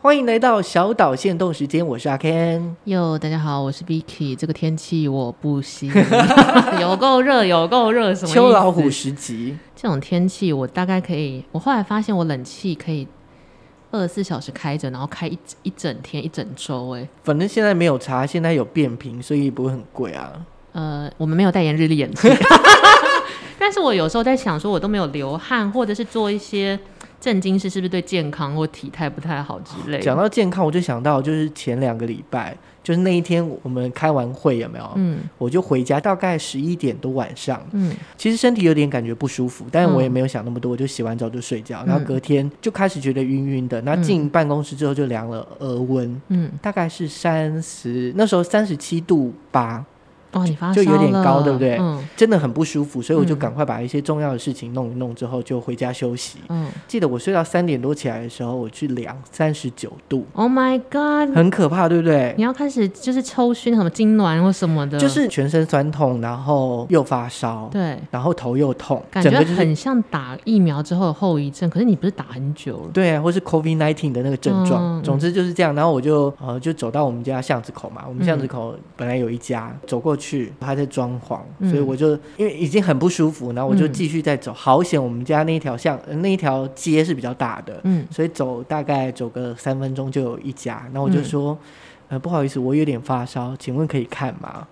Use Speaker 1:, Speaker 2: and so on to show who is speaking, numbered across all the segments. Speaker 1: 欢迎来到小岛限动时间，我是阿 Ken。
Speaker 2: 哟，大家好，我是 Vicky。这个天气我不行， 有够热，有够热，什么意思
Speaker 1: 秋老虎时集，
Speaker 2: 这种天气，我大概可以。我后来发现，我冷气可以二十四小时开着，然后开一一整天、一整周。哎，
Speaker 1: 反正现在没有查，现在有变频，所以不会很贵啊。
Speaker 2: 呃，我们没有代言日历眼镜， 但是我有时候在想，说我都没有流汗，或者是做一些正经事，是不是对健康或体态不太好之类
Speaker 1: 讲
Speaker 2: 的？
Speaker 1: 到健康，我就想到就是前两个礼拜，就是那一天我们开完会有没有？
Speaker 2: 嗯
Speaker 1: 我就回家，大概十一点多晚上。
Speaker 2: 嗯，
Speaker 1: 其实身体有点感觉不舒服，但我也
Speaker 2: 嗯
Speaker 1: 没有想那么多，我就洗完澡就睡觉，然后
Speaker 2: 嗯
Speaker 1: 隔天就开始觉得晕晕的。那进办公室之后就量了额温，
Speaker 2: 嗯，
Speaker 1: 大概是三十，那时候三十七度八，
Speaker 2: 哇，你发
Speaker 1: 就有
Speaker 2: 烧
Speaker 1: 点高
Speaker 2: 了
Speaker 1: 对不对
Speaker 2: 嗯
Speaker 1: 真的很不舒服，所以我就
Speaker 2: 嗯
Speaker 1: 赶快把一些重要的事情弄一弄之后就回家休息。
Speaker 2: 嗯
Speaker 1: 记得我睡到三点多起来的时候，我去量三十九度，
Speaker 2: ，Oh my God，
Speaker 1: 很可怕，对不对？
Speaker 2: 你要开始就是抽熏什么痉挛或什么的，
Speaker 1: 就是全身酸痛，然后又发烧，
Speaker 2: 对，
Speaker 1: 然后头又痛，
Speaker 2: 感
Speaker 1: 整
Speaker 2: 觉
Speaker 1: 个就是
Speaker 2: 很像打疫苗之后的后遗症。可是你不是打很久了？
Speaker 1: 对啊，或是 COVID nineteen 的那个症状，
Speaker 2: 嗯
Speaker 1: 总之就是这样。然后我就呃就走到我们家巷子口嘛，我们巷子口本来有一家，走过去他在装潢，
Speaker 2: 嗯
Speaker 1: 所以我就因为已经很不舒服，然后我就
Speaker 2: 嗯
Speaker 1: 继续在走。好险，我们家那一条巷、呃那一条街是比较大的，
Speaker 2: 嗯
Speaker 1: 所以走大概走个三分钟就有一家。然后我就
Speaker 2: 嗯
Speaker 1: 说。呃，不好意思，我有点发烧，请问可以看吗？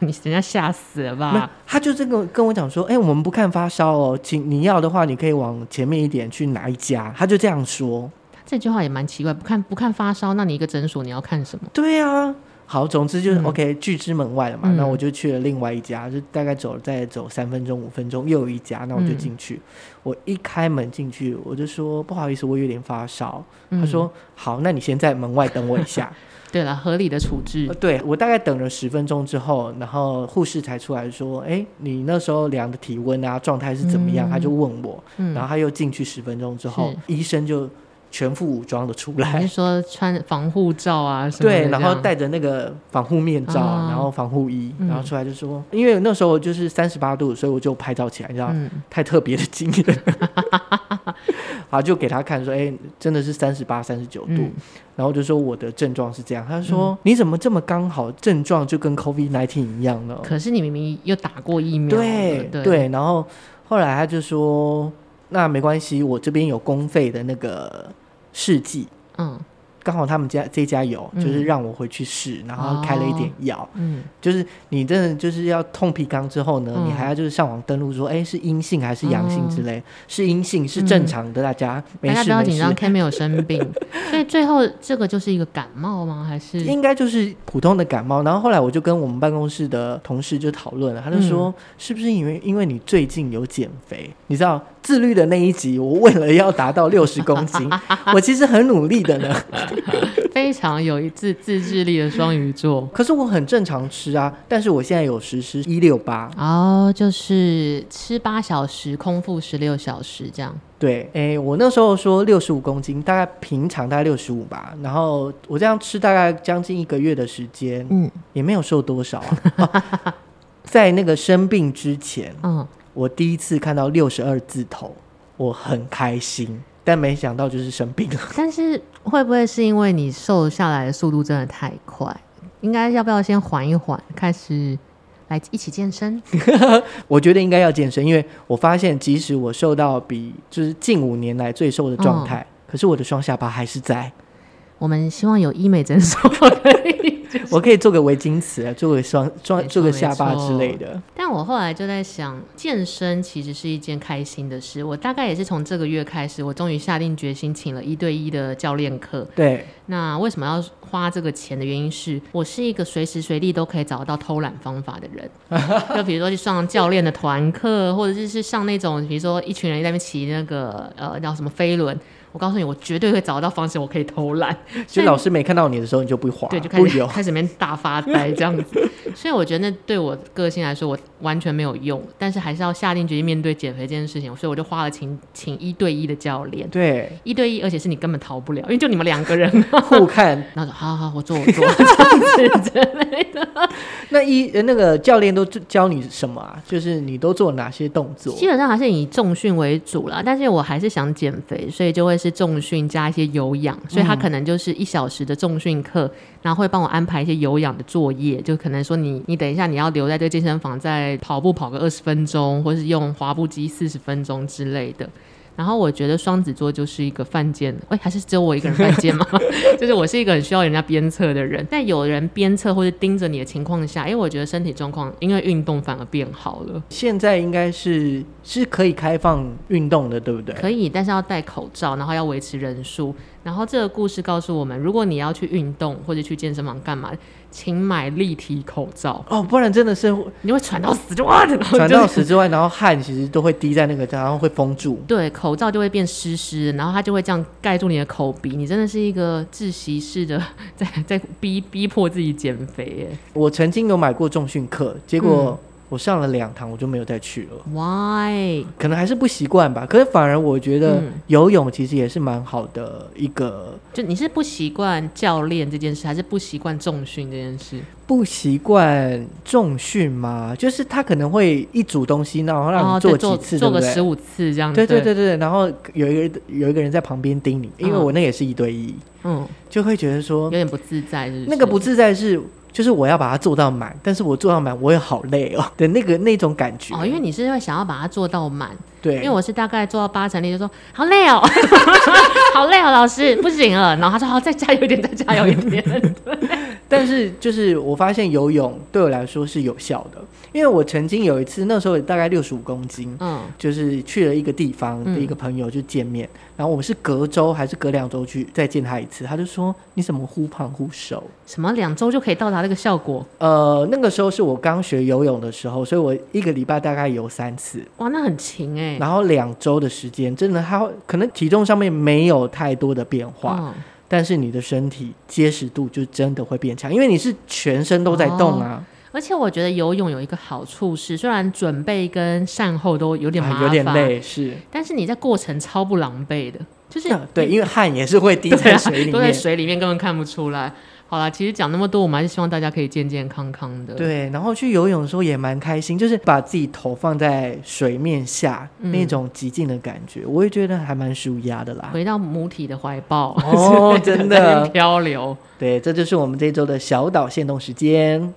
Speaker 2: 你人家吓死了
Speaker 1: 那
Speaker 2: 吧？
Speaker 1: 他就这个跟我讲说，哎、我们不看发烧哦，请你要的话，你可以往前面一点去哪一家？他就这样说。
Speaker 2: 这句话也蛮奇怪，不看不看发烧，那你一个诊所你要看什么？
Speaker 1: 对啊，好，总之就是、
Speaker 2: 嗯
Speaker 1: OK，拒之门外了嘛。
Speaker 2: 嗯
Speaker 1: 那我就去了另外一家，就大概走再走三分钟五分钟又有一家，那我就进
Speaker 2: 嗯
Speaker 1: 去。我一开门进去，我就说不好意思，我有点发烧。
Speaker 2: 嗯
Speaker 1: 他说好，那你先在门外等我一 下。
Speaker 2: 对了，合理的处置
Speaker 1: 呃，对我大概等了十分钟之后，然后护士才出来说，哎，你那时候量的体温啊，状态是怎么样？
Speaker 2: 嗯
Speaker 1: 他就问我，
Speaker 2: 嗯
Speaker 1: 然后他又进去十分钟之后
Speaker 2: 是，
Speaker 1: 医生就全副武装的出
Speaker 2: 你
Speaker 1: 来
Speaker 2: 是。说穿防护罩啊什么的这
Speaker 1: 对，
Speaker 2: 样？
Speaker 1: 然后戴着那个防护面罩，
Speaker 2: 啊
Speaker 1: 然后防护衣，
Speaker 2: 嗯
Speaker 1: 然后出来就说，因为那时候就是三十八度，所以我就拍照起来，你知道，
Speaker 2: 嗯，
Speaker 1: 太特别的经验， 好，就给他看说，哎、真的是三十八、三十九度，
Speaker 2: 嗯
Speaker 1: 然后就说我的症状是这样，他说、你怎么这么刚好症状就跟 COVID nineteen 一样呢？
Speaker 2: 可是你明明又打过疫苗了，
Speaker 1: 对
Speaker 2: 对，
Speaker 1: 然后后来他就说，那没关系，我这边有公费的那个试剂，
Speaker 2: 嗯
Speaker 1: 刚好他们家这家有，
Speaker 2: 嗯
Speaker 1: 就是让我回去试，然后开了一点药。
Speaker 2: 嗯
Speaker 1: 就是你真的就是要痛皮缸之后呢，
Speaker 2: 嗯
Speaker 1: 你还要就是上网登录说，哎、是阴性还是阳性之类，是阴性是
Speaker 2: 嗯
Speaker 1: 正常的，大家没
Speaker 2: 大家不
Speaker 1: 事
Speaker 2: 要
Speaker 1: 没
Speaker 2: 紧张
Speaker 1: 事。
Speaker 2: ，K 没有生病，所以最后这个就是一个感冒吗？还是
Speaker 1: 应该就是普通的感冒，然后后来我就跟我们办公室的同事就讨论了，他就说、
Speaker 2: 嗯
Speaker 1: 是不是因为因为你最近有减肥？你知道自律的那一集，我为了要达到六十公 斤，我其实很努力的呢，
Speaker 2: 非常有一自自制力的双鱼座？
Speaker 1: 可是我很正常吃啊，但是我现在有实施一六八，
Speaker 2: 哦，就是吃八小时，空腹十六小时这样。
Speaker 1: 对，诶，我那时候说六十五公斤，大概平常大概六十五吧，然后我这样吃大概将近一个月的时间，
Speaker 2: 嗯
Speaker 1: 也没有瘦多少啊。 哦在那个生病之前，
Speaker 2: 嗯，
Speaker 1: 我第一次看到六十二字头，我很开心，但没想到就是生病了。
Speaker 2: 但是会不会是因为你瘦下来的速度真的太快？应该要不要先缓一缓，开始来一起健身？
Speaker 1: 我觉得应该要健身，因为我发现即使我瘦到比就是近五年来最瘦的
Speaker 2: 嗯
Speaker 1: 状态，可是我的双下巴还是在。
Speaker 2: 我们希望有医美诊所可 以。
Speaker 1: 我可以做个围巾词啊，做个双双
Speaker 2: 没错
Speaker 1: 做个下巴
Speaker 2: 没错
Speaker 1: 之类的。
Speaker 2: 但我后来就在想，健身其实是一件开心的事。我大概也是从这个月开始，我终于下定决心，请了一对一的教练课。
Speaker 1: 对，
Speaker 2: 那为什么要花这个钱的原因是，我是一个随时随地都可以找到偷懒方法的人。就比如说去上教练的团课，或者是是上那种，比如说一群人在那边骑那个呃叫什么飞轮。我告诉你，我绝对会找到方式，我可以偷懒。
Speaker 1: 就老师没看到你的时候，你就不滑，
Speaker 2: 对，就开
Speaker 1: 不
Speaker 2: 始
Speaker 1: 游。
Speaker 2: 开始面大发呆这样子。所以我觉得那对我个性来说，我完全没有用。但是还是要下定决心面对减肥这件事情，所以我就花了请请一对一的教练，
Speaker 1: 对，
Speaker 2: 一对一，而且是你根本逃不了，因为就你们两个人。
Speaker 1: 互看。
Speaker 2: 然后说好好好，我做我做 这样子之类的。
Speaker 1: 那一呃那个教练都教你什么啊？就是你都做哪些动作？
Speaker 2: 基本上还是以重训为主啦，但是我还是想减肥，所以就会是重训加一些有氧，所以他可能就是一小时的重训课，然后会帮我安排一些有氧的作业，就可能说你你等一下你要留在这个健身房再跑步跑个二十分钟，或是用滑步机四十分钟之类的。然后我觉得双子座就是一个犯贱，哎，还是只有我一个人犯贱吗？ 就是我是一个很需要人家鞭策的人，在有人鞭策或者盯着你的情况下，哎，我觉得身体状况因为运动反而变好了，
Speaker 1: 现在应该是是可以开放运动的，对不对？
Speaker 2: 可以，但是要戴口罩，然后要维持人数。然后这个故事告诉我们，如果你要去运动或者去健身房干嘛，请买立体口罩，
Speaker 1: 哦，不然真的 是
Speaker 2: 你会喘到死就哇，然后
Speaker 1: 传
Speaker 2: 就
Speaker 1: 到死之外，然后汗其实都会滴在那个，然后会封住。
Speaker 2: 对，口罩就会变湿湿，然后它就会这样盖住你的口鼻，你真的是一个窒息式的在 在逼逼迫自己减肥耶
Speaker 1: 我曾经有买过重训课，结果
Speaker 2: 嗯
Speaker 1: 我上了两堂，我就没有再去了。
Speaker 2: ，Why？
Speaker 1: 可能还是不习惯吧，可是反而我觉得
Speaker 2: 嗯
Speaker 1: 游泳其实也是蛮好的一个，
Speaker 2: 就你是不习惯教练这件事，还是不习惯重训这件事？
Speaker 1: 不习惯重训嘛，就是他可能会一组东西，然后让
Speaker 2: 哦
Speaker 1: 你
Speaker 2: 对
Speaker 1: 做
Speaker 2: 做
Speaker 1: 几次，
Speaker 2: 做
Speaker 1: 对不
Speaker 2: 个
Speaker 1: 对
Speaker 2: 十五次这样。
Speaker 1: 对对
Speaker 2: 对
Speaker 1: 对，对，然后有一个人有一个人在旁边盯你，因为
Speaker 2: 嗯
Speaker 1: 我那也是一对一，
Speaker 2: 嗯，
Speaker 1: 就会觉得
Speaker 2: 有
Speaker 1: 说
Speaker 2: 点不自在，是不是？
Speaker 1: 那个不自在是，就是我要把它做到满，但是我做到满我也好累哦 的那个那种感觉。
Speaker 2: 哦，因为你是会想要把它做到满，
Speaker 1: 对，
Speaker 2: 因为我是大概做到八成力就说好累哦， 好累哦，老师不行了，然后他说好再加油一点，再加油一 点，
Speaker 1: 但是就是我发现游泳对我来说是有效的，因为我曾经有一次，那时候大概六十五公斤，
Speaker 2: 嗯。
Speaker 1: 就是去了一个地方
Speaker 2: 嗯
Speaker 1: 的一个朋友就见面，然后我们是隔周还是隔两周去再见他一次，他就说你怎么忽胖忽瘦？
Speaker 2: 什么两周就可以到达这个效果？
Speaker 1: 呃，那个时候是我刚学游泳的时候，所以我一个礼拜大概游三次，
Speaker 2: 哇，那很勤哎、
Speaker 1: 然后两周的时间，真的他可能体重上面没有太多的变化，
Speaker 2: 嗯
Speaker 1: 但是你的身体结实度就真的会变强，因为你是全身都在动啊。
Speaker 2: 而且我觉得游泳有一个好处是，虽然准备跟善后都有点麻
Speaker 1: 啊
Speaker 2: 烦，
Speaker 1: 有点，累，是。
Speaker 2: 但是你在过程超不狼狈的，就是啊
Speaker 1: 啊对，因为汗也是会滴在水里
Speaker 2: 都在
Speaker 1: 面。
Speaker 2: 水里面根本看不出来。好啦，其实讲那么多，我们还是希望大家可以健健康康的。，
Speaker 1: 对，然后去游泳的时候也蛮开心，就是把自己头放在水面下、
Speaker 2: 嗯
Speaker 1: 那种极静的感觉，我也觉得还蛮舒压的啦。
Speaker 2: 回到母体的怀抱，
Speaker 1: 啊 哦真的
Speaker 2: 在那边漂流。
Speaker 1: 对，这就是我们这周的小岛限动时间。